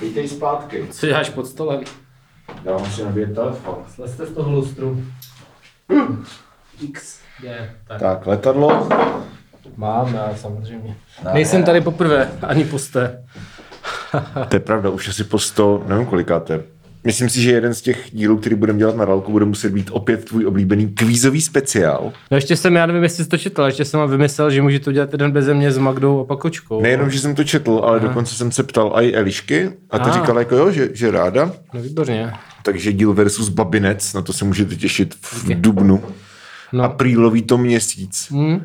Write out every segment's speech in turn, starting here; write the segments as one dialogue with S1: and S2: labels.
S1: Vítej zpátky.
S2: Co děláš pod stolem?
S1: Dávám si nabíjet telefon.
S3: Slezte z toho lustru. X, G, tak.
S4: Tak, letadlo.
S3: Mám, já samozřejmě.
S2: Nejsem tady poprvé, ani posté.
S4: To je pravda, už asi po 100, nevím kolikáté. Myslím si, že jeden z těch dílů, který budeme dělat na dálku, bude muset být opět tvůj oblíbený kvízový speciál.
S2: No ještě jsem, já nevím, jestli jsi to četl, ale ještě jsem vám vymyslel, že můžete udělat jeden beze mě s Magdou a Pakočkou.
S4: Nejenom, že jsem to četl, ale dokonce jsem se ptal i Elišky a ta
S2: Ah.
S4: říkala jako jo, že, že ráda.
S2: No výborně.
S4: Takže díl versus babinec, na to se můžete těšit v dubnu.
S2: No.
S4: Aprílový to měsíc,
S2: Hm?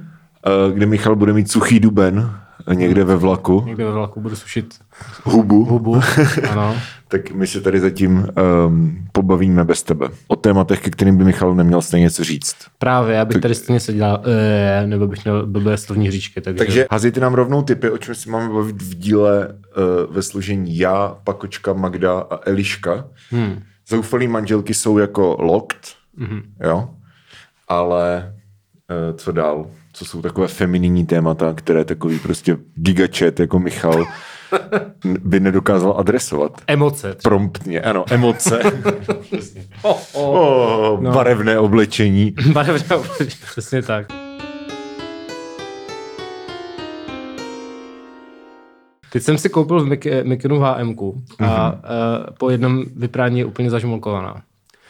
S4: eh, kde Michal bude mít suchý duben eh, někde ve vlaku,
S2: Někde ve vlaku budu sušit
S4: hubu. hubu.
S2: Ano.
S4: tak my se tady zatím um, pobavíme bez tebe. O tématech, ke kterým by Michal neměl stejně co říct.
S2: Právě, já bych tady stejně seděl, eh, nebo bych měl blbé slovní hříčky, takže...
S4: Takže hazejte nám rovnou typy, o čem si máme bavit v díle uh, ve složení já, Pakočka, Magda a Eliška. Hmm. Zoufalý manželky jsou jako lokt, mm-hmm. jo? Ale uh, co dál? Co jsou takové femininní témata, které takový prostě gigačet jako Michal n- by nedokázal adresovat.
S2: Emoce.
S4: Promptně, ano, emoce.
S2: Oh, oh.
S4: oh, no. Barevné oblečení.
S2: Barevné oblečení, přesně tak. Teď jsem si koupil v Mik- Mikinu hm a
S4: Mhm.
S2: uh, po jednom vyprání je úplně zažmolkovaná.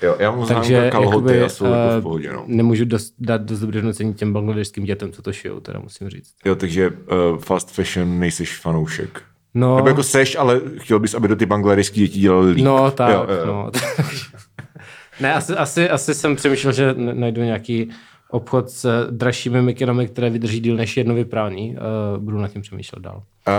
S4: Jo, já mu znám
S2: Takže
S4: kalhoty
S2: jakoby,
S4: a jsou jako
S2: eh,
S4: v pohodě, no.
S2: nemůžu dost, dát dost dobré hodnocení těm bangladešským dětem, co to šijou, teda musím říct.
S4: Jo, takže uh, fast fashion nejseš fanoušek.
S2: No,
S4: Nebo jako seš, ale chtěl bys, aby do ty bangladešské děti dělali líp.
S2: no tak,
S4: Jo, jo, jo.
S2: no. ne, asi, asi, asi jsem přemýšlel, že n- najdu nějaký obchod s dražšími mikinami, které vydrží díl než jedno vyprání. Uh, budu nad tím přemýšlet dál.
S4: A,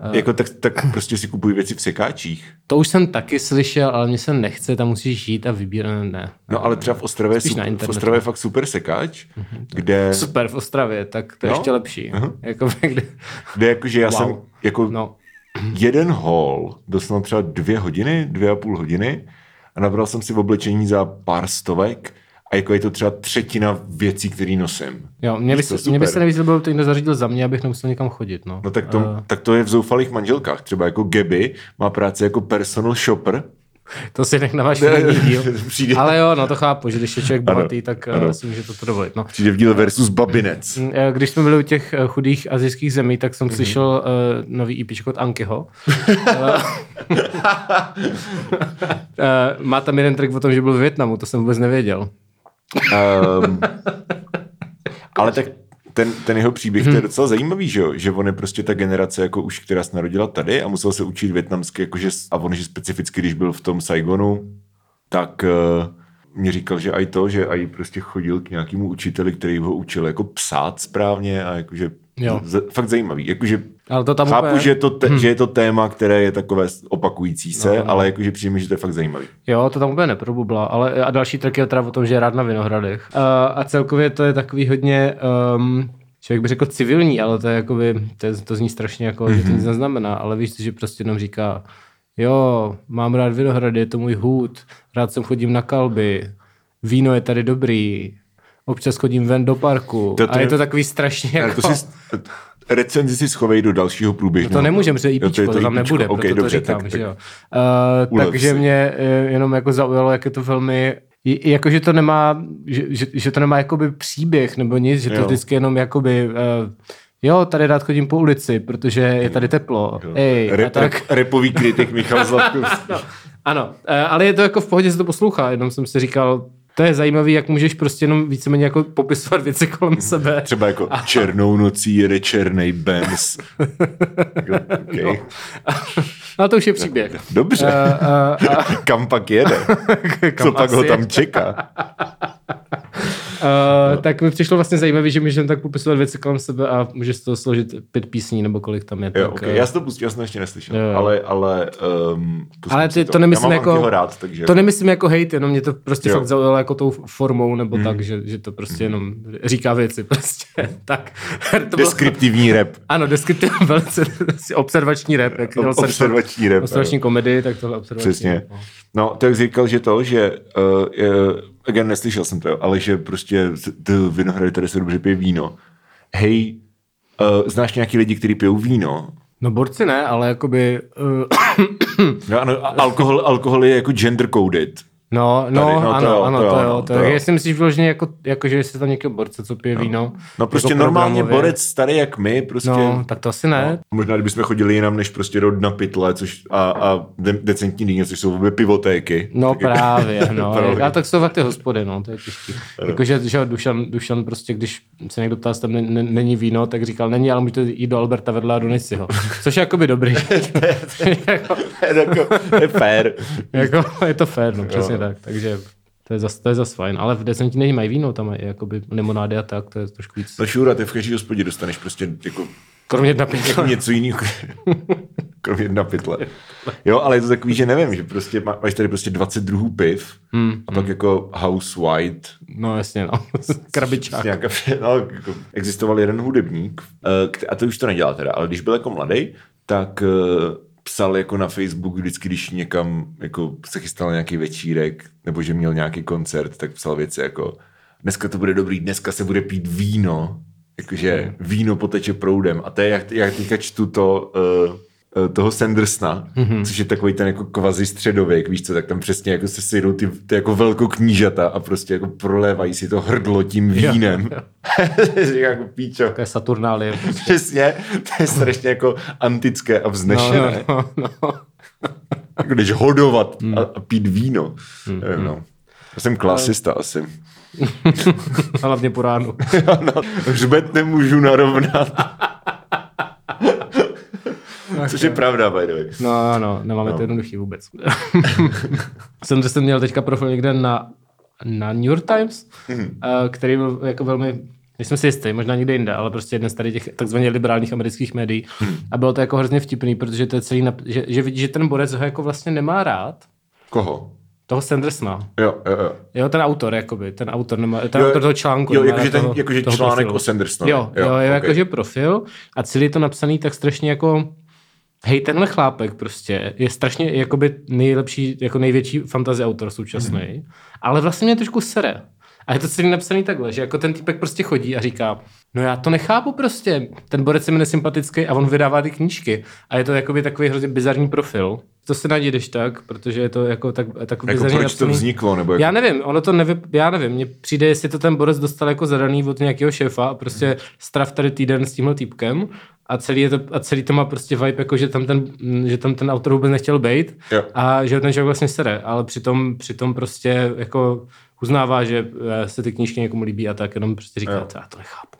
S2: Eh.
S4: jako tak, tak prostě si kupuj věci v sekáčích.
S2: To už jsem taky slyšel, ale mně se nechce, tam musíš jít a vybírat, ne, ne.
S4: No ale třeba v Ostravě, je
S2: Spíš
S4: super,
S2: na
S4: v
S2: internetu. Mhm.
S4: Ostravě je fakt super sekáč, kde,
S2: Super, v Ostravě, tak to je
S4: Jo?
S2: no? ještě lepší. Uh-huh. Jako, kdy...
S4: kde jakože já
S2: Wow.
S4: jsem jako
S2: No,
S4: jeden hol dostal třeba dvě hodiny, dvě a půl hodiny a nabral jsem si v oblečení za pár stovek a jako je to třeba třetina věcí, které nosím.
S2: jo, mě by,
S4: To
S2: se,
S4: super.
S2: mě by se nejvíc líbilo, kdyby to někdo zařídil za mě, abych nemusel nikam chodit, no.
S4: No tak to, uh. tak to je v zoufalých manželkách. Třeba jako Gabby má práci jako personal shopper.
S2: To si nech na váš první díl.
S4: Přijde.
S2: Ale jo, no to chápu, že když je člověk
S4: Ano,
S2: bohatý, tak
S4: ano.
S2: ano. si může to dovolit, no.
S4: Přijde v díle versus babinec.
S2: Mm, eh, Když jsme byli u těch eh, chudých azijských zemí, tak
S4: Mhm.
S2: jsem mm-hmm. slyšel uh, nový IP od Ankyho. Eh, Má tam jeden trik o tom, že byl v Větnamu, to jsem vůbec nevěděl.
S4: Um, ale tak ten, ten jeho příběh,
S2: Mhm.
S4: to je docela zajímavý, že jo? Že on je prostě ta generace, jako už, která se narodila tady a musel se učit větnamsky, jakože, s- a on, že specificky, když byl v tom Saigonu, tak uh, mě říkal, že aj to, že aj prostě chodil k nějakému učiteli, který ho učil jako psát správně a jakože
S2: Jo.
S4: Z, fakt zajímavý. Jakože
S2: Ale to tam
S4: Chápu,
S2: úplně- Mhm.
S4: že, je to te, hmm. že je to téma, které je takové opakující se, no, no. ale jakože přijde mi, že to je fakt zajímavý.
S2: Jo, to tam úplně neprobubla, ale a další track je teda o tom, že je rád na Vinohradech. A, a celkově to je takový hodně, um, člověk by řekl civilní, ale to je jakoby, to, je, to zní strašně jako, mm-hmm. že
S4: Mhm.
S2: to nic neznamená, ale víš, že prostě jenom říká, jo, mám rád Vinohrady, je to můj hůd, rád sem chodím na kalby, víno je tady dobrý, občas chodím ven do parku.
S4: To- to
S2: Jako- a je
S4: je-
S2: to takový strašně
S4: Ale
S2: jako...
S4: to si, recenzi si schovej do dalšího průběžného.
S2: No To nemůžeme, protože IPčko,
S4: Jo,
S2: to, to tam
S4: IPčko,
S2: nebude,
S4: E ok,
S2: okay, proto dobře, to říkám, tak, že jo. Uh,
S4: Ulev
S2: takže
S4: si.
S2: mě eh, jenom jako zaujalo, jak je to velmi i- i jakože to nemá, že, že, že to nemá jakoby příběh nebo nic, že to
S4: Jo.
S2: jo. vždycky jenom jakoby, uh, jo, tady rád chodím po ulici, protože je tady teplo, ej, a
S4: Rep,
S2: tak. No,
S4: rep, repový kritik Michal Zlatkovský.
S2: Ano, eh, ale je to jako v pohodě se to poslouchá, jenom jsem si říkal, to je zajímavý, jak můžeš prostě jenom víceméně jako popisovat věci kolem sebe.
S4: Třeba jako černou nocí jede černý Benz. okay.
S2: Ale No, to už je příběh.
S4: Dobře. Kam pak jede? Co
S2: Kam
S4: pak ho
S2: asi
S4: tam
S2: je?
S4: čeká?
S2: Uh, tak mi přišlo vlastně zajímavé, že můžeme tak popisovat věci kolem sebe a může z toho složit pět písní nebo kolik tam je.
S4: Jo,
S2: tak,
S4: okay.
S2: eh,
S4: Já jsem to pustil, já jsem to ještě neslyšel.
S2: Jo, jo.
S4: Ale, ale, um,
S2: Ale ty, to. to nemyslím
S4: já mám Ankyho
S2: jako,
S4: rád, takže
S2: to nemyslím jako hate, jenom mě to prostě
S4: Jo. Mhm.
S2: jo. fakt zaujalo jako tou formou nebo mm. tak, že, že to prostě jenom říká věci prostě. tak. to bylo,
S4: deskriptivní rap.
S2: ano, deskriptiv, velice prostě observační rap. Jak dělal jsem
S4: Observační rap. ano.
S2: observační komedii, tak tohle observační.
S4: Přesně.
S2: rap, no.
S4: No, to jak jsi říkal, že to, že uh, uh, again, neslyšel jsem to, jo, ale že prostě t- t- vinohrady tady se dobře pije víno. Hej, eh, uh, znáš nějaký lidi, kteří pijou víno?
S2: eh, No borci ne, ale jakoby... Uh,
S4: No, ano, a alkohol, alkohol je jako gender coded.
S2: No, no,
S4: Tady,
S2: ano, to jo, ano, to jo, to jo.
S4: to jo.
S2: Jestli myslíš vyloženě jako, jako že jestli tam někdo borce, co pije víno.
S4: No prostě
S2: jako
S4: normálně
S2: programově.
S4: borec starý jak my, prostě...
S2: No, tak to asi ne.
S4: Možná, kdybychom chodili jinam než prostě rod na pytle což a, a de- decentní dýně, což jsou obě pivotéky.
S2: No právě, no.
S4: jako- Právě.
S2: A tak jsou fakt ty hospody, no, to je těžký. Jakože, že jo, Dušan, Dušan prostě, když se někdo ptá, jestli tam ne, ne, není víno, tak říkal, není, ale můžete jít do Alberta vedle a donést si ho. Což je jakoby dobrý. jako,
S4: jako, to je fair.
S2: jako, je to fér, no, přesně tak. Takže to je zas, to je zas fajn. Ale v Desenti není mají víno, tam mají jakoby limonády a tak, to je trošku víc.
S4: No šura, ty v každý hospodě dostaneš prostě jako,
S2: Kromě jedna
S4: jako něco jiného. Kromě jedna pytle. Jo, ale je to takový, že nevím, že prostě má- máš tady prostě 20 druhů piv a pak jako house white,
S2: No jasně, no. Krabičák.
S4: Nějaká, no, jako, existoval jeden hudebník, eh, kte- a to už to nedělá teda, ale když byl jako mladý, tak eh, psal jako na Facebook vždycky, když někam jako se chystal nějaký večírek, nebo že měl nějaký koncert, tak psal věci jako dneska to bude dobrý, dneska se bude pít víno, jakože víno poteče proudem. A to je, jak, jak teďka čtu to, eh, eh, toho Sandersna, mm-hmm. což je takový ten jako kvazi středověk, víš co, tak tam přesně jako se sjedou ty, ty jako velkoknížata a prostě jako prolévají si to hrdlo tím vínem. Říká jako píčo.
S2: Takové Saturnálie.
S4: Přesně, to je strašně jako antické a
S2: No,
S4: vznešené.
S2: no, Hmm. no, no.
S4: Jako Když hodovat a, a pít víno.
S2: Hmm,
S4: Mm. No. Já jsem klasista asi.
S2: Hlavně po ránu.
S4: Ano, hřbet nemůžu narovnat. Což je pravda, by the way.
S2: No, no, nemáme no. to jednoduchý vůbec. Jsem to jsem měl teďka profil někde na, na New York Times, mm. který byl jako velmi Nejsem si jistý, možná někde jinde, ale prostě jeden z tady těch takzvaně liberálních amerických médií. A bylo to jako hrozně vtipný, protože to je celý, nap- že, že vidí, že ten borec ho jako vlastně nemá rád,
S4: Koho?
S2: toho Sandersna.
S4: Jo, jo, jo.
S2: Jo, ten autor, jakoby, ten autor, nemá,
S4: Jo,
S2: ten jo, autor toho článku.
S4: jo,
S2: nemá
S4: jakože
S2: rád
S4: ten- jakože článek o Sandersonovi.
S2: Jo,
S4: Jo,
S2: jo, jo
S4: ok.
S2: okay. jakože profil a celý je to napsaný tak strašně jako hej, tenhle chlápek prostě je strašně jakoby nejlepší, jako největší fantasy autor současný,
S4: Mhm.
S2: mm-hmm. ale vlastně mě trošku sere. A je to celý napsaný takhle, že jako ten týpek prostě chodí a říká, no já to nechápu prostě, ten borec je mi nesympatický a on vydává ty knížky. A je to jakoby takový hrozně bizarní profil. To se nadědeš tak, protože je to jako tak, tak
S4: Jako
S2: bizarně
S4: proč to
S2: napsaný.
S4: vzniklo? Nebo
S2: Já
S4: jako,
S2: nevím, ono to nevy... já nevím, mně přijde, jestli to ten Boris dostal jako zadaný od nějakého šéfa a prostě strav tady týden s tímhle týpkem a celý, je to, a celý to má prostě vibe, jako že tam ten, mm, že tam ten autor vůbec nechtěl být
S4: Jo.
S2: a že ho ten člověk vlastně sere, ale přitom, přitom prostě jako uznává, že eh, se ty knížky někomu líbí a tak jenom prostě říká, "To já to nechápu.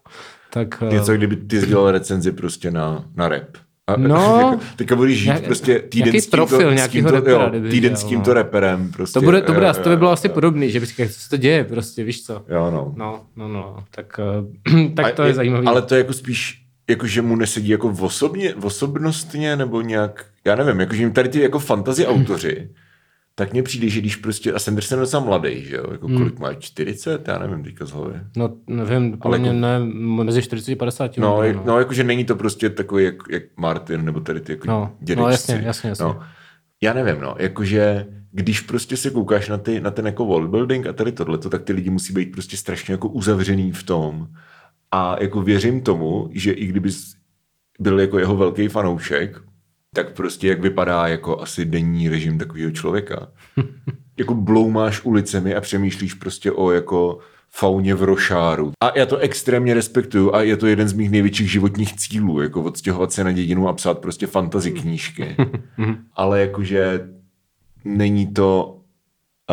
S2: Tak, eh,
S4: něco, kdyby ty dělal recenzi prostě na, na rap. A,
S2: No.
S4: jako, teďka budeš žít
S2: Nějak-
S4: prostě týden
S2: nějaký
S4: s tímto,
S2: profil
S4: s tímto,
S2: nějakýho rapera,
S4: jo,
S2: kdyby
S4: týden
S2: dělal,
S4: s
S2: no.
S4: tímto reperem. Prostě,
S2: to bude, to bude,
S4: jo,
S2: asi to by bylo asi podobný, že bych říkal, co se to děje prostě, víš co.
S4: Jo, no.
S2: No, no, no, tak, eh, tak to
S4: A
S2: je zajímavé.
S4: Ale to je jako spíš, jako že mu nesedí jako v osobně, v osobnostně, nebo nějak, já nevím, jako že jim tady ty jako fantazi
S2: Hmm.
S4: autoři, tak mně přijde, že když prostě, a Sanderson je docela mladý, že jo, jako
S2: Hmm.
S4: kolik má, 40, já nevím teďka z hlavy.
S2: No, nevím, podle
S4: Ale jako-
S2: mě ne, mezi 40 a 50.
S4: No,
S2: dobré,
S4: jak, no jakože není to prostě takový, jak, jak Martin, nebo tady ty jako
S2: No,
S4: dědečci.
S2: no, jasně, jasně, jasně.
S4: No. Já nevím, no, jakože když prostě se koukáš na, ty, na ten jako worldbuilding a tady tohleto, tak ty lidi musí být prostě strašně jako uzavřený v tom. A jako věřím tomu, že i kdyby jsi byl jako jeho velký fanoušek, tak prostě jak vypadá jako asi denní režim takového člověka. jako bloumáš ulicemi a přemýšlíš prostě o jako fauně v rošáru. A já to extrémně respektuju a je to jeden z mých největších životních cílů, jako odstěhovat se na dědinu a psát prostě fantazy knížky. Ale jakože není to,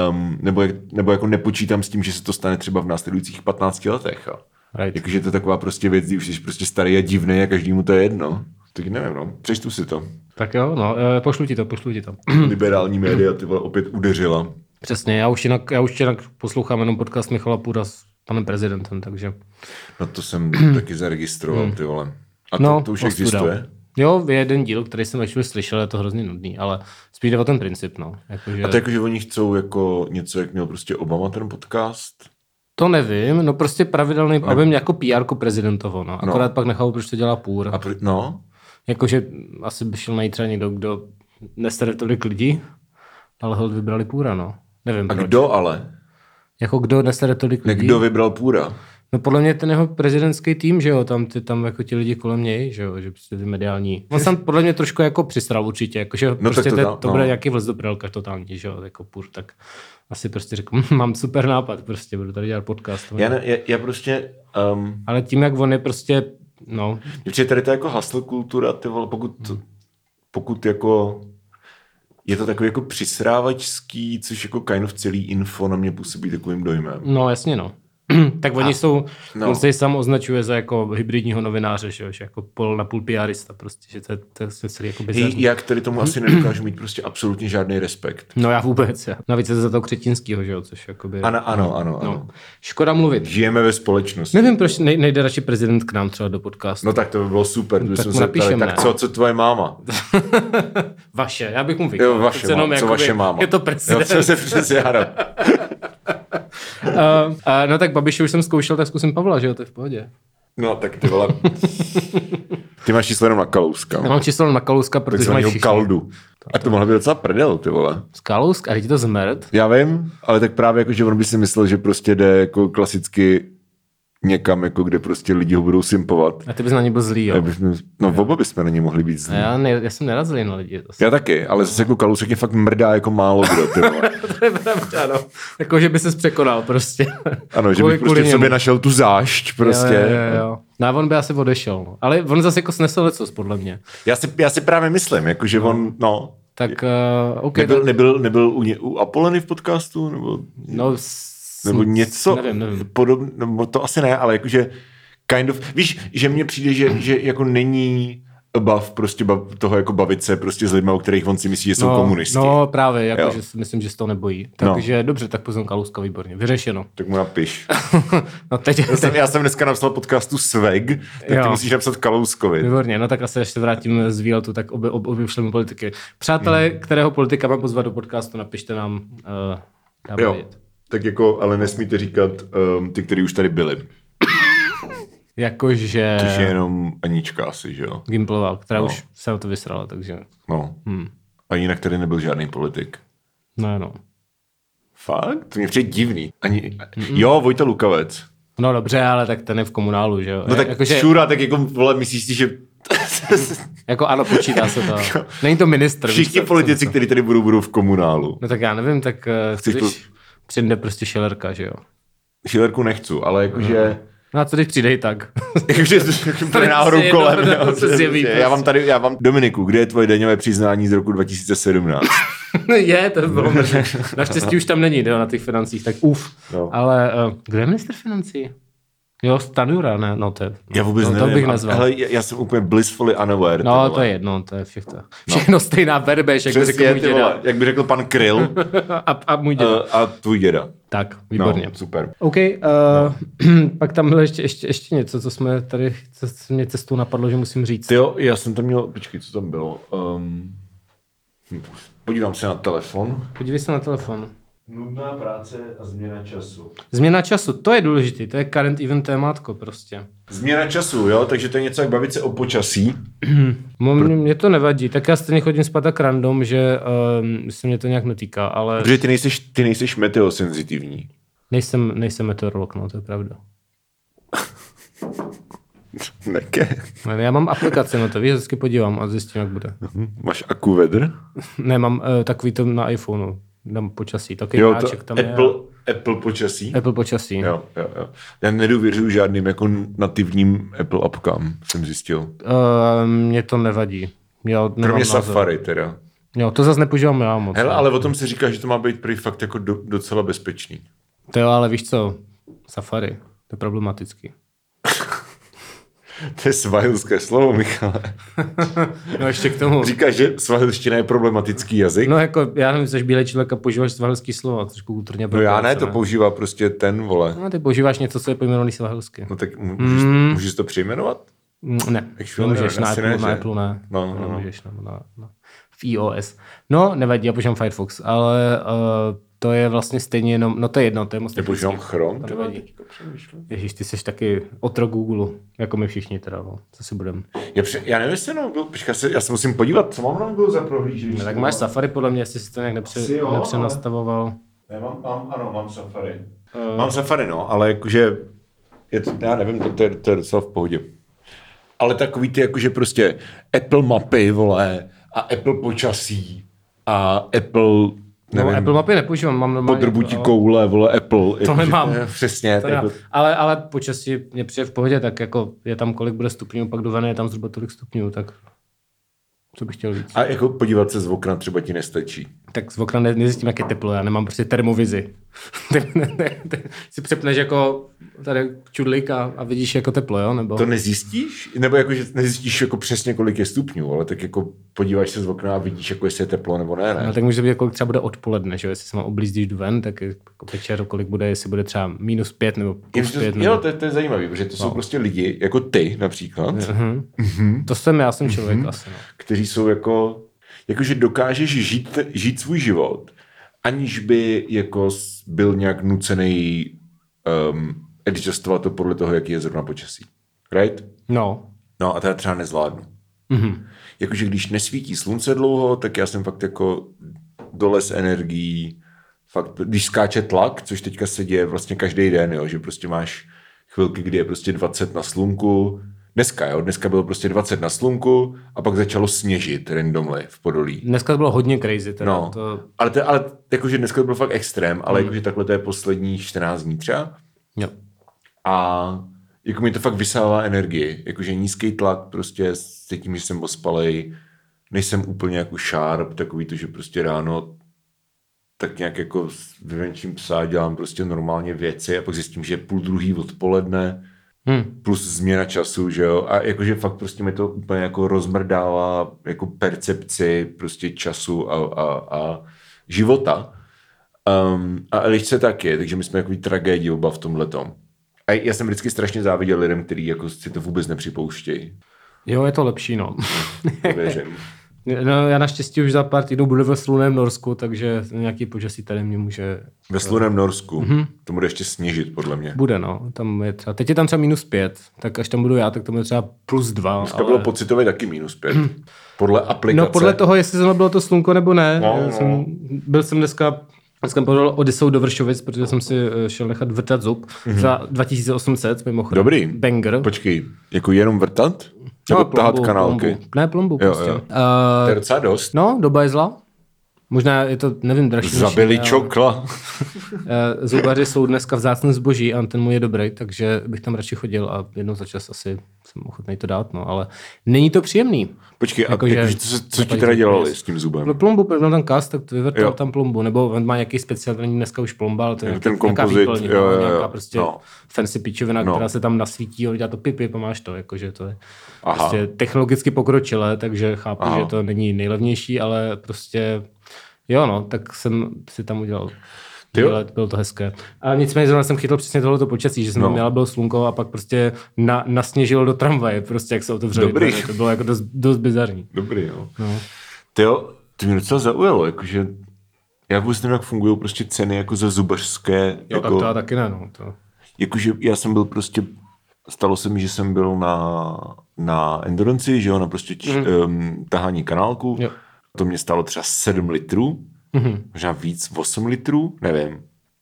S4: um, nebo, jak- nebo jako nepočítám s tím, že se to stane třeba v následujících 15 letech. A.
S2: Right.
S4: Jakože to je taková prostě věc, kdy už jsi prostě starý a divný a každému to je jedno. Tak nevím, no. Přečtu si to.
S2: Tak jo, no, eh, pošlu ti to, pošlu ti to.
S4: Liberální média ty vole opět udeřila.
S2: Přesně, já už jinak, já už jinak poslouchám jenom podcast Michala Půra s panem prezidentem, takže...
S4: No to jsem taky zaregistroval, ty vole. A to,
S2: no,
S4: no, to už
S2: ostuda.
S4: existuje?
S2: Jo, je jeden díl, který jsem ještě slyšel, je to hrozně nudný, ale spíš jde o ten princip, no. Jakože...
S4: A to jako, že oni chcou jako něco, jak měl prostě Obama ten podcast?
S2: To nevím, no prostě pravidelný, no. aby mě jako PR prezidentovo, no. Akorát pak nechal, proč to dělá Půr.
S4: A pr- no,
S2: Jakože mm, asi by šel najít třeba někdo, kdo nesere tolik lidí, ale hold vybrali Půra, no. Nevím
S4: a
S2: proč.
S4: kdo ale?
S2: Jako kdo nesere tolik
S4: Ne,
S2: lidí?
S4: kdo vybral Půra?
S2: No podle mě ten jeho prezidentský tým, že jo, tam, ty, tam jako ti lidi kolem něj, že jo, že prostě ty mediální. On tam podle mě trošku jako přistral určitě, jako, že no,
S4: tak to
S2: prostě to, to,
S4: dá-
S2: to bude
S4: no.
S2: nějaký vlz do prelka totální, že jo, jako pur, tak asi prostě řekl, "Hm, mám super nápad, prostě budu tady dělat podcast.
S4: Já, ne, já, já prostě... Um,
S2: Ale tím, jak on je prostě, no,
S4: Protože tady to je jako hustle kultura, ty vole, pokud,
S2: Hmm.
S4: pokud jako je to takový jako přisrávačský, což jako kind of celý info na mě působí takovým dojmem.
S2: no jasně no. tak oni jsou,
S4: no.
S2: no. on se sám označuje za jako hybridního novináře, že jo, že jako pol na půl PRista prostě, že to, je- to je celý jako bizarní.
S4: Hej, jak tady tomu asi nedokážu mít prostě absolutně žádný respekt.
S2: No já vůbec, já. Navíc je to za toho křetinskýho, že jo, což jakoby...
S4: Ano, ano, ano. ano.
S2: No. Škoda mluvit.
S4: Žijeme ve společnosti.
S2: Nevím, proč nej, nejde radši prezident k nám třeba do podcastu.
S4: No tak to by bylo super, kdyby
S2: tak
S4: jsme
S2: mu
S4: se ptali,
S2: napíšeme,
S4: tak
S2: ne?
S4: co, co tvoje máma?
S2: Vaše, já bych mu vykládal.
S4: Jo, vaše
S2: Přece
S4: máma, co
S2: jakoby
S4: vaše máma?
S2: Je to
S4: Jo,
S2: prezident.
S4: co se přesně, ano.
S2: uh, uh, no tak Babiše už jsem zkoušel, tak zkusím Pavla, že jo, to je v pohodě.
S4: No tak ty vole. Ty máš číslo jenom na Kalouska.
S2: Já mám číslo na Kalouska, protože No, mají
S4: takzvaného
S2: všichni.
S4: kaldu. A to mohlo být docela prdel, ty vole.
S2: Z Kalousk? A teď je to zmrt?
S4: Já vím, ale tak právě jako, že on by si myslel, že prostě jde jako klasicky někam, jako kde prostě lidi ho budou simpovat.
S2: A ty bys na ně byl zlý,
S4: A
S2: jo.
S4: bychom, no v oba bychom na ně mohli být
S2: A
S4: zlí.
S2: já, ne, já jsem nerazil na lidi. To
S4: Já taky, ale zase jako Kalousek je fakt mrdá jako málo kdo, ty vole.
S2: je pravda, no. Jako, že by se překonal prostě.
S4: Ano, že
S2: Kvůli-
S4: bych prostě v
S2: kvůli
S4: sobě
S2: němu.
S4: našel tu zášť prostě.
S2: Jo, jo, jo, jo. No a on by asi odešel. no. Ale on zase jako snesl lecos, podle mě.
S4: Já, si, já si právě myslím, jako že on, no,
S2: Tak, uh, OK.
S4: nebyl,
S2: tak-
S4: nebyl, nebyl u, ně, u Apoleny v podcastu, nebo,
S2: No, s-
S4: nebo něco
S2: Nevím, nevím.
S4: podobné, no, to asi ne, ale jakože kind of, víš, že mně přijde, že, že jako není bav prostě bav, toho jako bavit se prostě s lidmi, o kterých on si myslí, že jsou no, komunisti. No.
S2: No právě, jako,
S4: Jo.
S2: že si myslím, že se toho nebojí.
S4: No.
S2: Takže dobře, tak poznám Kaluska výborně. Vyřešeno.
S4: Tak mu napiš.
S2: no teď
S4: Já jsem, já jsem dneska napsal podcastu Sveg, tak ty
S2: Jo.
S4: musíš napsat Kalouskovi.
S2: Výborně, no tak asi až se vrátím z výletu, tak obě, ob, obě všemu politiky. Přátelé,
S4: Hmm.
S2: kterého politika mám pozvat do podcastu, napište nám. Uh, dáme
S4: Jo,
S2: vědět.
S4: tak jako, ale nesmíte říkat um, ty, kteří už tady byli.
S2: Jakože
S4: Což je jenom Anička asi, že jo?
S2: Gimplová, která
S4: No.
S2: už se na to vysrala, takže
S4: No. Hmm. A jinak tady nebyl žádný politik.
S2: no no.
S4: Fakt? To mě přijde divný. Ani... Jo, Vojta Lukavec.
S2: No dobře, ale tak ten je v komunálu, že jo?
S4: No tak
S2: jakože,
S4: Jakože... šura, tak jako, vole, myslíš si, že
S2: Jako ano, počítá se to. Není to ministr. víš
S4: Jako všichni
S2: co-
S4: politici, kteří tady budou, budou v komunálu.
S2: No tak já nevím, tak eh,
S4: Chceš
S2: když přijde prostě šelerka, že jo?
S4: Šilerku nechci, ale jakože...
S2: No a co když přijde i tak?
S4: Jakože
S2: je
S4: bude náhodou
S2: jedno,
S4: kolem.
S2: to
S4: jo.
S2: se zjeví prostě.
S4: já vám tady, já vám... Dominiku, kde je tvoje daňové přiznání z roku 2017?
S2: je, to bylo možné. Naštěstí už tam není, jo, na těch financích, tak uf.
S4: No.
S2: Ale eh, kde je minister financí? Jo, Stanjura, ne, no to je,
S4: Já vůbec
S2: no,
S4: nevím.
S2: To bych
S4: A-
S2: nezval.
S4: Hele, já, já jsem úplně blissfully unaware. ty
S2: no,
S4: vole. No.
S2: to je jedno, to je všechno. Všechno stejná verbež, jak by řekl
S4: Přesně,
S2: můj
S4: ty
S2: děda.
S4: vole, jak by řekl pan Kryl
S2: A, a můj děda.
S4: a, a tvůj děda.
S2: tak,
S4: No,
S2: výborně.
S4: super.
S2: OK, uh, no. pak tam bylo ještě, ještě, ještě něco, co jsme tady, co co mě cestou napadlo, že musím říct.
S4: Ty jo, já jsem tam měl, počkej, co tam bylo. Um, podívám se na telefon.
S2: Podívej se na telefon.
S1: Nudná práce a změna času.
S2: Změna času, to je důležitý, to je current event témátko prostě.
S4: Změna času, jo, takže to je něco jak bavit se o počasí.
S2: Mo- Mně mě to nevadí, tak já stejně chodím spát tak random, že um, se mě to nějak netýká, ale
S4: Protože ty nejseš, ty nejseš meteosenzitivní.
S2: nejsem, nejsem meteorolog, no to je pravda.
S4: Neke.
S2: Ale Já mám aplikaci na to, víš, vždycky podívám a zjistím, jak bude.
S4: Máš akuvedr?
S2: Ne, mám uh, takový to na iPhoneu, tam počasí, takový
S4: Jo,
S2: háček
S4: to
S2: tam
S4: Apple, Apple počasí.
S2: je. Apple počasí.
S4: Jo, jo, jo. Já nedůvěřuju žádným jako nativním Apple apkám, jsem zjistil.
S2: Uh, mě to nevadí. Jo, nemám
S4: Kromě
S2: názor.
S4: Safari teda.
S2: Jo, to zase nepoužívám já moc.
S4: Hele,
S2: no.
S4: ale o tom se říká, že to má být prý fakt jako do, docela bezpečný.
S2: To jo, ale víš co, Safari, to je problematický.
S4: To je svahilské slovo, Michale.
S2: No ještě k tomu.
S4: Říká, že svahilština je problematický jazyk. No,
S2: No jako, já nevím, jsi bílej člověk a používáš svahelský slova, trošku kulturně
S4: no já ne,
S2: propracované.
S4: to používá prostě ten, vole.
S2: No ty používáš něco, co je pojmenovaný svahelsky.
S4: No tak mů- můžeš, mm. můžeš to přejmenovat?
S2: Mm, Ne,
S4: Actually,
S2: nemůžeš,
S4: ne,
S2: na
S4: asi
S2: Apple,
S4: ne,
S2: na
S4: že?
S2: Apple ne.
S4: No, no, no.
S2: Nemůžeš, no, na, na, v iOS. No, nevadí, já používám Firefox, ale uh, to je vlastně stejně jenom, no to je jedno, to je moc
S4: Já používám
S2: technický.
S4: Chrome.
S2: To
S4: ty vole,
S2: nevadí.
S4: teďka přemýšlím.
S2: Ježíš, ty jsi taky otrok Google, jako my všichni teda, no. co si budem.
S4: Já, pře- já nevím, jestli jenom byl, počkej, já se, já se musím podívat, co mám na Google za prohlížení.
S2: No, tak máš Safari, podle mě, jestli jsi to nějak nepře-
S1: Asi jo, ale-
S2: nepřenastavoval.
S4: Eh.
S1: Ne, mám, mám, ano, mám Safari.
S4: Mám Safari, no, ale jakože je to, já nevím, to, to, je, to je docela v pohodě. Ale takový ty jakože prostě Apple mapy, vole, a Apple počasí, a Apple, nevím,
S2: No, Apple mapy nepoužívám, mám normálně...
S4: podrbutí
S2: ale-
S4: koule, vole, Apple. jakože-
S2: no. nemám.
S4: eh, Přesně.
S2: To
S4: To jako,
S2: nemám. ale, ale počasí mě přijde v pohodě, tak jako je tam kolik bude stupňů, pak do vany je tam zhruba tolik stupňů, tak co bych chtěl říct.
S4: a jako podívat se z okna třeba ti nestačí.
S2: Tak z okna ne- nezjistím, jak je teplo, já nemám prostě termovizi. Ty- ne- ne- ty si přepneš jako tady čudlik a, a vidíš jako teplo, jo? Nebo...
S4: To nezjistíš? Nebo jako, že nezjistíš jako přesně, kolik je stupňů, ale tak jako podíváš se z okna a vidíš, jako jestli je teplo nebo ne, ne?
S2: No, tak může být, kolik třeba bude odpoledne, že jo? Jestli se mám oblízdíš ven, tak je jako večer, kolik bude, jestli bude třeba minus pět nebo
S4: Jenže
S2: plus
S4: to,
S2: pět. No.
S4: jo,
S2: Nebo...
S4: to, je- to je zajímavé, protože to jsou prostě lidi, jako ty například,
S2: Mhm.
S4: Mhm.
S2: To jsem já, jsem člověk asi. No.
S4: kteří jsou jako, jakože dokážeš žít, žít svůj život, aniž by jako s- byl nějak nucený um, adjustovat to podle toho, jaký je zrovna počasí. Right?
S2: no.
S4: No a to já třeba nezvládnu. Mm-hmm. Jakože když nesvítí slunce dlouho, tak já jsem fakt jako dole s energií. Fakt, když skáče tlak, což teďka se děje vlastně každý den, jo, že prostě máš chvilky, kdy je prostě 20 na slunku. Dneska, jo, dneska bylo prostě 20 na slunku a pak začalo sněžit randomly v Podolí.
S2: Dneska to bylo hodně crazy. Teda.
S4: No,
S2: To,
S4: ale, to, ale jakože dneska to byl fakt extrém, ale jakože takhle to je poslední 14 dní třeba.
S2: jo.
S4: A jako mi to fakt vysává energii. Jakože nízký tlak, prostě cítím, že jsem ospalej, nejsem úplně jako šárp, takový to, že prostě ráno tak nějak jako s- vyvenčím psa, dělám prostě normálně věci a pak zjistím, že je půl druhý odpoledne,
S2: Hm.
S4: plus změna času, že jo, a jakože fakt prostě mi to úplně jako rozmrdává jako percepci prostě času a, a, a života. Um, a Elišce taky, takže my jsme jako tragédii oba v tomhle tom. A já jsem vždycky strašně záviděl lidem, kteří jako si to vůbec nepřipouštějí.
S2: jo, je to lepší, no.
S4: To Věřím.
S2: No, já naštěstí už za pár týdnů budu ve sluném Norsku, takže nějaký počasí tady mě může...
S4: Ve sluném Norsku.
S2: Mhm.
S4: Mm-hmm. To bude ještě sněžit, podle mě.
S2: Bude, no. Tam je třeba... Teď je tam třeba minus pět, tak až tam budu já, tak to bude třeba plus dva.
S4: Dneska bylo pocitově taky minus pět. Podle aplikace.
S2: Mhm. No podle toho, jestli zrovna bylo to slunko nebo ne.
S4: No,
S2: No,
S4: no.
S2: jsem, byl jsem dneska Dneska jsem podal Odisou do Vršovic, protože jsem si eh, šel nechat vrtat zub mm-hmm. za 2800, mimochodem.
S4: Mhm. Dobrý.
S2: Banger.
S4: Počkej, jako jenom vrtat? Nebo
S2: No,
S4: tahat
S2: plombu,
S4: kanálky?
S2: Plombu. Ne, plombu
S4: Jo,
S2: prostě.
S4: jo.
S2: Uh,
S4: To je docela dost.
S2: no, doba je zla. Možná je to, nevím, dražší. než
S4: Zabili
S2: jiné, ale-
S4: čokla.
S2: Eh, Zubaři jsou dneska vzácné zboží a ten můj je dobrý, takže bych tam radši chodil a jednou za čas asi jsem ochotný to dát, no, ale není to příjemný.
S4: Počkej, a
S2: Jakože-
S4: jakože, co, co ti
S2: zaplatit
S4: teda
S2: za
S4: dělali
S2: peněz.
S4: s tím
S2: No
S4: zubem?
S2: plombu, pevnou tam kast, tak to
S4: Jo.
S2: vyvrtal tam plombu, nebo on má nějaký speciální dneska už plomba, ale to je
S4: Jako ten
S2: nějaká- nějaká
S4: kompozit,
S2: výplň,
S4: jo, jo,
S2: nějaká
S4: jo.
S2: prostě
S4: No.
S2: fancy pičovina,
S4: No.
S2: která se tam nasvítí, udělá to pip, pip a máš to, jakože to je
S4: Aha.
S2: prostě technologicky pokročilé, takže chápu,
S4: Aha.
S2: že to není nejlevnější, ale prostě jo, no, tak jsem si tam udělal.
S4: Ty jo.
S2: Bylo, bylo to hezké. A nicméně zrovna jsem chytl přesně tohleto počasí, že jsem
S4: No.
S2: no. měla bylo slunko a pak prostě na, nasněžilo do tramvaje, prostě jak se otevřeli.
S4: Dobrý.
S2: dveře. To bylo jako dost, dost bizarní.
S4: Dobrý, jo.
S2: No.
S4: Ty jo, to mě docela zaujalo, jakože já vůbec nevím, jak fungují prostě ceny jako za zubařské,
S2: Jo, tak
S4: jako,
S2: to já taky ne, no. To.
S4: jakože já jsem byl prostě, stalo se mi, že jsem byl na, na enduranci, že jo, na prostě č, mm. um, tahání kanálku,
S2: Mhm. Jo. Mhm.
S4: to mě stálo třeba 7 litrů, mm. možná víc, 8 litrů, nevím,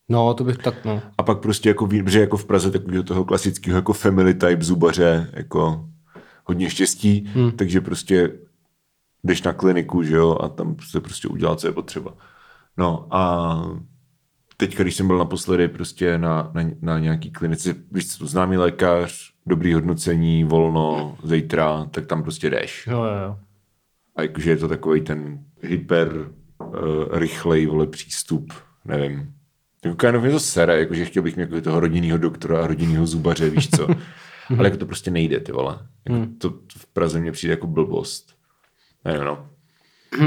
S2: No, to bych tak, no.
S4: A pak prostě jako, ví- že jako v Praze takového toho klasického jako family type zubaře, jako hodně štěstí, hmm. takže prostě jdeš na kliniku, že jo, a tam se prostě udělá, co je potřeba. No a teď, když jsem byl naposledy prostě na, na, na nějaký klinice, víš, co, známý lékař, dobrý hodnocení, volno, zítra, tak tam prostě jdeš.
S2: Jo, jo, jo.
S4: A jakože je to takový ten hyper uh, rychlej vole přístup, nevím. Jako kind of mě to sere, jakože chtěl bych mít jako toho rodinného doktora a rodinného zubaře, víš co. Ale jako to prostě nejde, ty vole. Jako
S2: Hmm.
S4: to to v Praze mně přijde jako blbost. Nevím, no.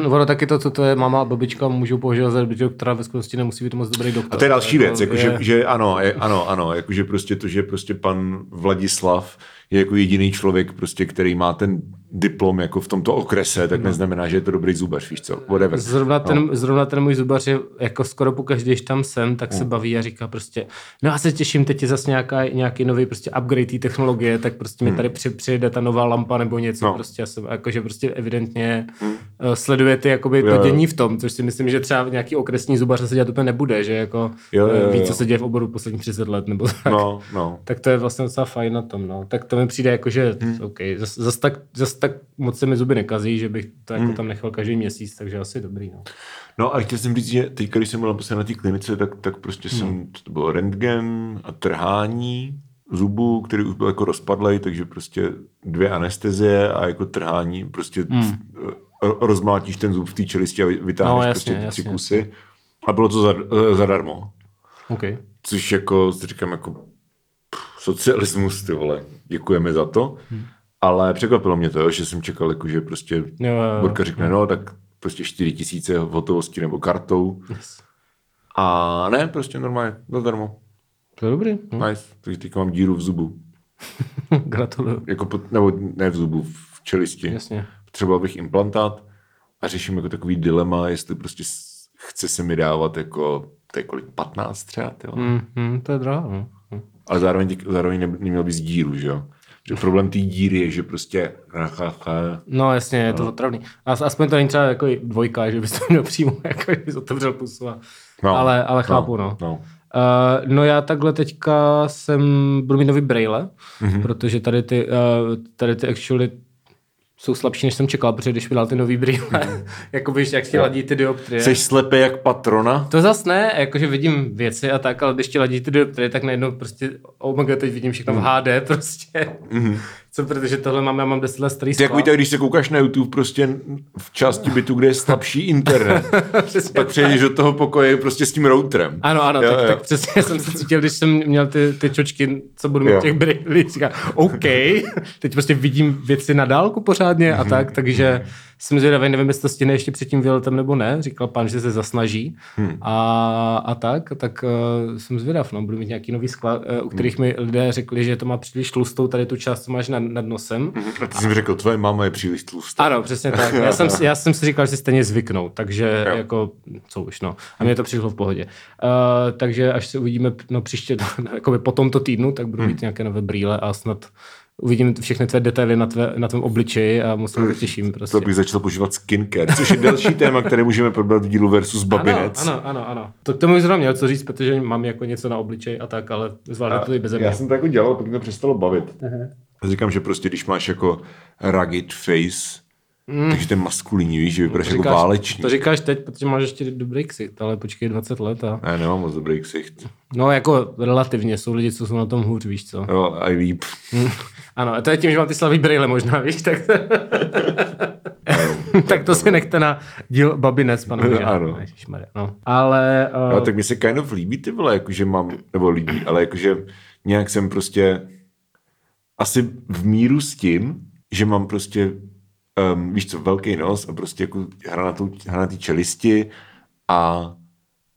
S2: Ono taky to, co to je máma a babička, můžou považovat za dobrý doktora, ve skutečnosti nemusí být moc dobrý doktor.
S4: A to je další věc, jako, že,
S2: je-
S4: že ano, je, ano, ano, jakože prostě to, že prostě pan Vladislav je jako jediný člověk, prostě, který má ten diplom jako v tomto okrese,
S2: No.
S4: tak neznamená, že je to dobrý zubař, víš co, whatever.
S2: Zrovna ten, no. zrovna ten můj zubař je jako skoro pokaždé, když tam jsem, tak se
S4: Hmm.
S2: baví a říká prostě, no já se těším, teď je zase nějaká, nějaký nový prostě upgrade té technologie, tak prostě mi tady při, přijede ta nová lampa nebo něco
S4: Hmm. No.
S2: no. prostě, já jsem jakože prostě evidentně hmm. sleduje ty, jakoby,
S4: Jo,
S2: to
S4: jo.
S2: dění v tom, což si myslím, že třeba nějaký okresní zubař se dělat úplně nebude, že jako
S4: Jo, jo,
S2: eh, ví,
S4: jo.
S2: co se děje v oboru posledních 30 let, nebo tak.
S4: No, no.
S2: Tak to je vlastně docela fajn na tom, no. Tak to mi přijde jako, že hmm. OK, zas, zas, tak, zas tak moc se mi zuby nekazí, že bych to jako hmm. tam nechal každý měsíc, takže asi dobrý, no.
S4: No a chtěl jsem říct, že teď, když jsem byl naposledy na té klinice, tak, tak prostě hmm. jsem, to bylo rentgen a trhání zubů, který už byl jako rozpadlej, takže prostě dvě anestezie a jako trhání, prostě hmm. rozmlátíš ten zub v té čelisti a vy- vytáhneš
S2: No,
S4: no,
S2: jasně,
S4: jasně, prostě ty tři
S2: jasně,
S4: kusy. A bylo to za, eh, zadarmo.
S2: OK.
S4: Což jako, si říkám, jako pff, socialismus, ty vole, děkujeme za to. Hmm. Ale překvapilo mě to, jo, že jsem čekal, jako, že prostě
S2: Jo, jo, jo.
S4: Borka řekne, no, tak prostě 4 tisíce v hotovosti nebo kartou.
S2: Yes.
S4: A ne, prostě normálně, zadarmo.
S2: To je dobrý. No.
S4: Nice. Takže teďka mám díru v zubu.
S2: Gratuluju.
S4: Jako pod, nebo ne v zubu, v čelisti.
S2: Jasně.
S4: Potřeboval bych implantát a řeším jako takový dilema, jestli prostě s- chce se mi dávat jako, to je kolik, 15 třeba, tyjo.
S2: Mm, mm, to je drahá, no.
S4: Ale zároveň, ti- zároveň ne, neměl bys díru, že jo? Že problém té díry je, že prostě
S2: No jasně, je to no. otravný. As, aspoň to není třeba jako dvojka, že bys to měl přímo, jako že bys otevřel pusu a... no, ale, ale chápu, no. no.
S4: no.
S2: Uh, no já takhle teďka jsem, budu mít nový brejle, mm-hmm. protože tady ty, uh, tady ty actually jsou slabší, než jsem čekal, protože když mi dal ty nový brýle, mm-hmm. jakoby, že jak ti ladí ty dioptrie.
S4: Jsi slepý jak patrona?
S2: To zas ne, jakože vidím věci a tak, ale když ti ladí ty dioptrie, tak najednou prostě, oh my god, teď vidím všechno v HD prostě. Mm-hmm. Co, protože tohle mám, já mám 10 let starý
S4: To je
S2: skla.
S4: Takový tak, když se koukáš na YouTube prostě v části bytu, kde je slabší internet,
S2: Přesně
S4: pak přejdeš do toho pokoje prostě s tím routerem.
S2: Ano, ano,
S4: Jo,
S2: tak,
S4: jo.
S2: tak přesně jsem se cítil, když jsem měl ty, ty čočky, co budu mít
S4: Jo.
S2: v těch brýlích, říkám, OK, teď prostě vidím věci na dálku pořádně
S4: Mhm.
S2: a tak, takže jsem zvědavý, nevím, jestli to stihne ještě před tím výletem nebo ne, říkal pán, že se zasnaží
S4: Hmm.
S2: a, a tak, tak uh, jsem zvědav, no, budu mít nějaký nový skla, uh, u kterých mi lidé řekli, že to má příliš tlustou tady tu část, co máš nad, nad nosem.
S4: A ty jsi mi řekl, tvoje máma je příliš tlustá.
S2: Ano, přesně tak. Já jsem, si- já jsem si říkal, že si stejně zvyknou, takže
S4: Jo.
S2: jo. jako, co už, no. A mně to přišlo v pohodě. Uh, takže až se uvidíme no, příště, no, jakoby po tomto týdnu, tak
S4: Hmm.
S2: budu mít nějaké nové brýle a snad uvidím všechny tvé detaily na, tvé, na tvém obličeji a moc se na to těším prostě.
S4: To bych začal používat skincare, což je další téma, které můžeme probrat v dílu versus
S2: Ano,
S4: babinec.
S2: ano, ano, ano. To k tomu bych zrovna měl co říct, protože mám jako něco na obličeji a tak, ale zvládne to i bez mě.
S4: Já jsem to jako dělal, pak mě to přestalo bavit. Já Říkám, že prostě když máš jako rugged face, takže ten maskulíní, víš, že vypadáš jako váleční.
S2: to říkáš teď, protože máš ještě dobrý ksicht, ale počkej 20 let a...
S4: Ne, nemám moc dobrý ksicht.
S2: No jako relativně, jsou lidi, co jsou na tom hůř, víš co.
S4: Jo, a líp.
S2: Ano, a to je tím, že mám ty slavý brýle možná, víš, tak, tak to si nechte na díl Babinec, pane Bože.
S4: Ano.
S2: Ježišmarja, No. Ale
S4: No,
S2: uh,
S4: tak mi se kind of líbí ty vole, jakože mám, nebo líbí, ale jakože nějak jsem prostě asi v míru s tím, že mám prostě, um, víš co, velký nos a prostě jako hranatou, hranatý čelisti a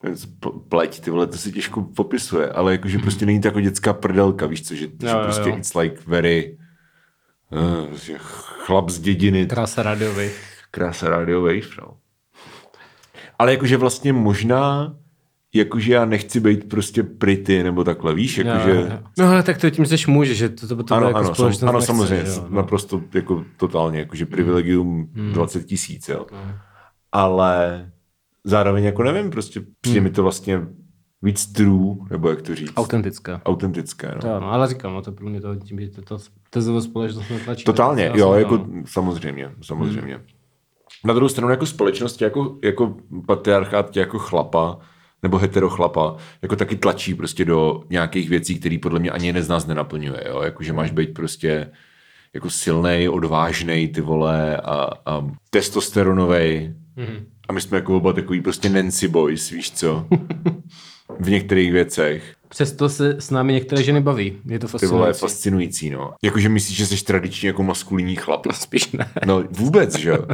S4: nevím co, pl- pleť, ty vole, to se těžko popisuje, ale jakože prostě není to jako dětská prdelka, víš co, že, že
S2: Mhm. jo,
S4: prostě
S2: jo.
S4: it's like very uh, prostě chlap z dědiny,
S2: krása radiový.
S4: Krása Radio Wave, no. Ale jakože vlastně možná, jakože já nechci být prostě pretty nebo takhle, víš, jakože...
S2: No ale tak to tím jsi muž, že to, to, to
S4: Ano,
S2: jako
S4: ano, sam,
S2: společnost
S4: ano
S2: nechce,
S4: samozřejmě,
S2: že jo, no. Hmm.
S4: naprosto jako totálně, jakože privilegium 20 tisíc, jo.
S2: No.
S4: Ale zároveň jako nevím, prostě přijde mi to vlastně víc true, nebo jak to říct,
S2: Autentická.
S4: autentické, no.
S2: To, no, ale říkám, no, to pro mě to tím, že to, to, to společnost netlačí.
S4: Totálně,
S2: tak to
S4: jo,
S2: asi,
S4: jako
S2: no.
S4: samozřejmě, samozřejmě. Hmm. Na druhou stranu jako společnost, tě jako, jako patriarchát tě jako chlapa, nebo heterochlapa, jako taky tlačí prostě do nějakých věcí, které podle mě ani jeden z nás nenaplňuje, jo, jako že máš být prostě jako silnej, odvážnej, ty vole, a, a testosteronovej. Hmm. A my jsme jako oba takový prostě Nancy boys, víš co? v některých věcech.
S2: Přesto se s námi některé ženy baví. Je to
S4: Ty vole,
S2: fascinující.
S4: fascinující, no. Jakože myslíš, že jsi tradičně jako maskulinní chlap.
S2: Spíš ne.
S4: No vůbec, že jo.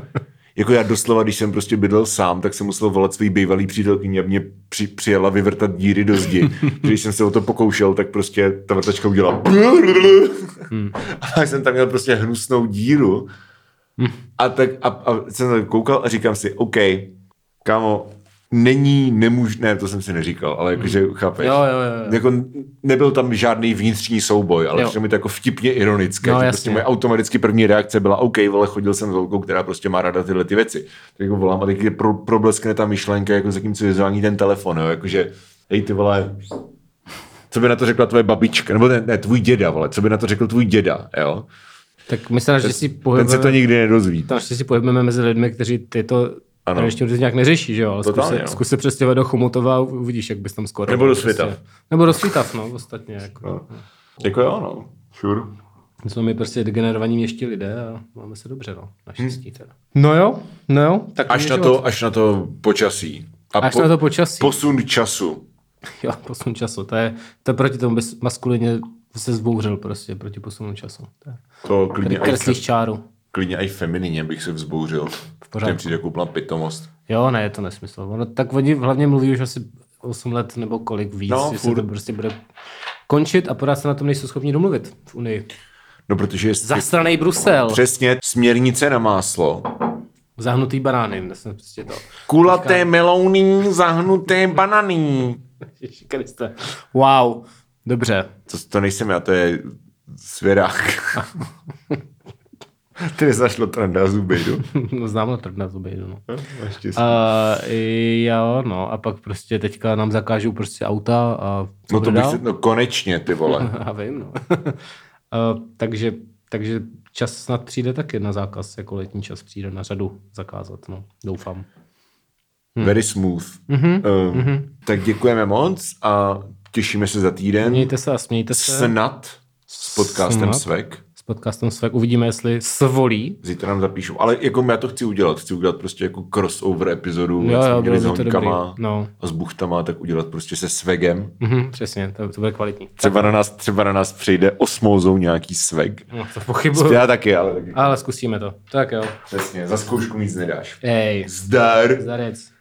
S4: Jako já doslova, když jsem prostě bydlel sám, tak jsem musel volat svý bývalý přítelkyni, aby mě při, přijela vyvrtat díry do zdi. Když jsem se o to pokoušel, tak prostě ta vrtačka udělala
S2: Hmm.
S4: a já jsem tam měl prostě hnusnou díru.
S2: Hmm.
S4: A tak a, a jsem na to koukal a říkám si, OK, kámo, není nemužné, ne, to jsem si neříkal, ale jakože, chápeš?
S2: Hmm. Jo, jo, jo, jo.
S4: Jako nebyl tam žádný vnitřní souboj, ale
S2: Jo.
S4: přišlo mi to jako vtipně ironické.
S2: No,
S4: že
S2: jasně.
S4: prostě moje automaticky první reakce byla, OK, vole, chodil jsem s holkou, která prostě má ráda tyhle ty věci. Tak jako volám a taky pro, probleskne ta myšlenka, jako zatímco vyzvání ten telefon, jo, jakože, hej ty vole, co by na to řekla tvoje babička, nebo ne, ne tvůj děda, vole, co by na to řekl tvůj děda, jo?
S2: Tak my se naštěstí
S4: Ten se
S2: pohybujeme,
S4: to nikdy nedozví.
S2: to... naštěstí pohybujeme mezi lidmi, kteří tyto
S4: Ano.
S2: ano. ještě vůbec nějak neřeší, že jo? Ale zkus,
S4: Totálně,
S2: se,
S4: no.
S2: zkus se přestěhovat do Chomutova a uvidíš, jak bys tam skoro. prostě-
S4: Nebo do Svitav.
S2: Nebo do Svitav, no, ostatně. Jako.
S4: No. Jako jo, no. Sure.
S2: Jsou my prostě degenerovaní měští lidé a máme se dobře, no. Naštěstí teda. No jo, no jo. Tak
S4: Hmm. Až na, to, až na to počasí. A
S2: Až na to počasí.
S4: Posun času.
S2: Jo, posun času. To je, to je proti tomu bys maskulině se zbouřil prostě proti posunu času. To je-
S4: To klidně
S2: Tady
S4: i,
S2: kreslíš čáru.
S4: klidně i feminině bych se vzbouřil.
S2: pořádku.
S4: Mně přijde jako úplná pitomost.
S2: Jo, ne, je to nesmysl. Ono, tak oni hlavně mluví už asi 8 let nebo kolik víc,
S4: No,
S2: no, že
S4: furt.
S2: se to prostě bude končit a pořád se na tom nejsou schopni domluvit v Unii.
S4: No protože je
S2: Zasranej Brusel,
S4: přesně směrnice na máslo.
S2: zahnutý banány, vlastně prostě to.
S4: Kulaté melouny, zahnuté banany.
S2: Ježiši Kriste. Wow, dobře.
S4: To, to nejsem já, to je svěrák. Ty nezašlo tranda zuby, jdu.
S2: No, Znám na na zuby, jdu, no.
S4: Naštěstí.
S2: Uh, jo, no, a pak prostě teďka nám zakážou prostě auta a co
S4: No to
S2: bude
S4: bych
S2: dál?
S4: se, no konečně, ty vole.
S2: Já vím, no. uh, takže, takže čas snad přijde taky na zákaz, jako letní čas přijde na řadu zakázat, no, doufám. Mhm.
S4: Very smooth. Mm-hmm. Uh, mm-hmm. Tak děkujeme moc a těšíme se za týden
S2: Mějte se a smějte se
S4: snad s podcastem
S2: Snad.
S4: Svek.
S2: s podcastem Svek. Uvidíme, jestli svolí.
S4: Zítra nám zapíšu, ale jako já to chci udělat, chci udělat prostě jako crossover epizodu,
S2: Jo,
S4: jak jsme
S2: jo,
S4: měli s
S2: bylo by to dobrý.
S4: honkama
S2: No.
S4: a s buchtama, tak udělat prostě se Svegem.
S2: Mhm, přesně, to, to bude kvalitní.
S4: Třeba na nás, třeba na nás přijde osmouzou nějaký Sveg.
S2: No, to pochybuju.
S4: Já taky, ale taky.
S2: Ale zkusíme to. Tak jo.
S4: Přesně, za zkoušku nic nedáš.
S2: Ej,
S4: Zdar!
S2: zdarec.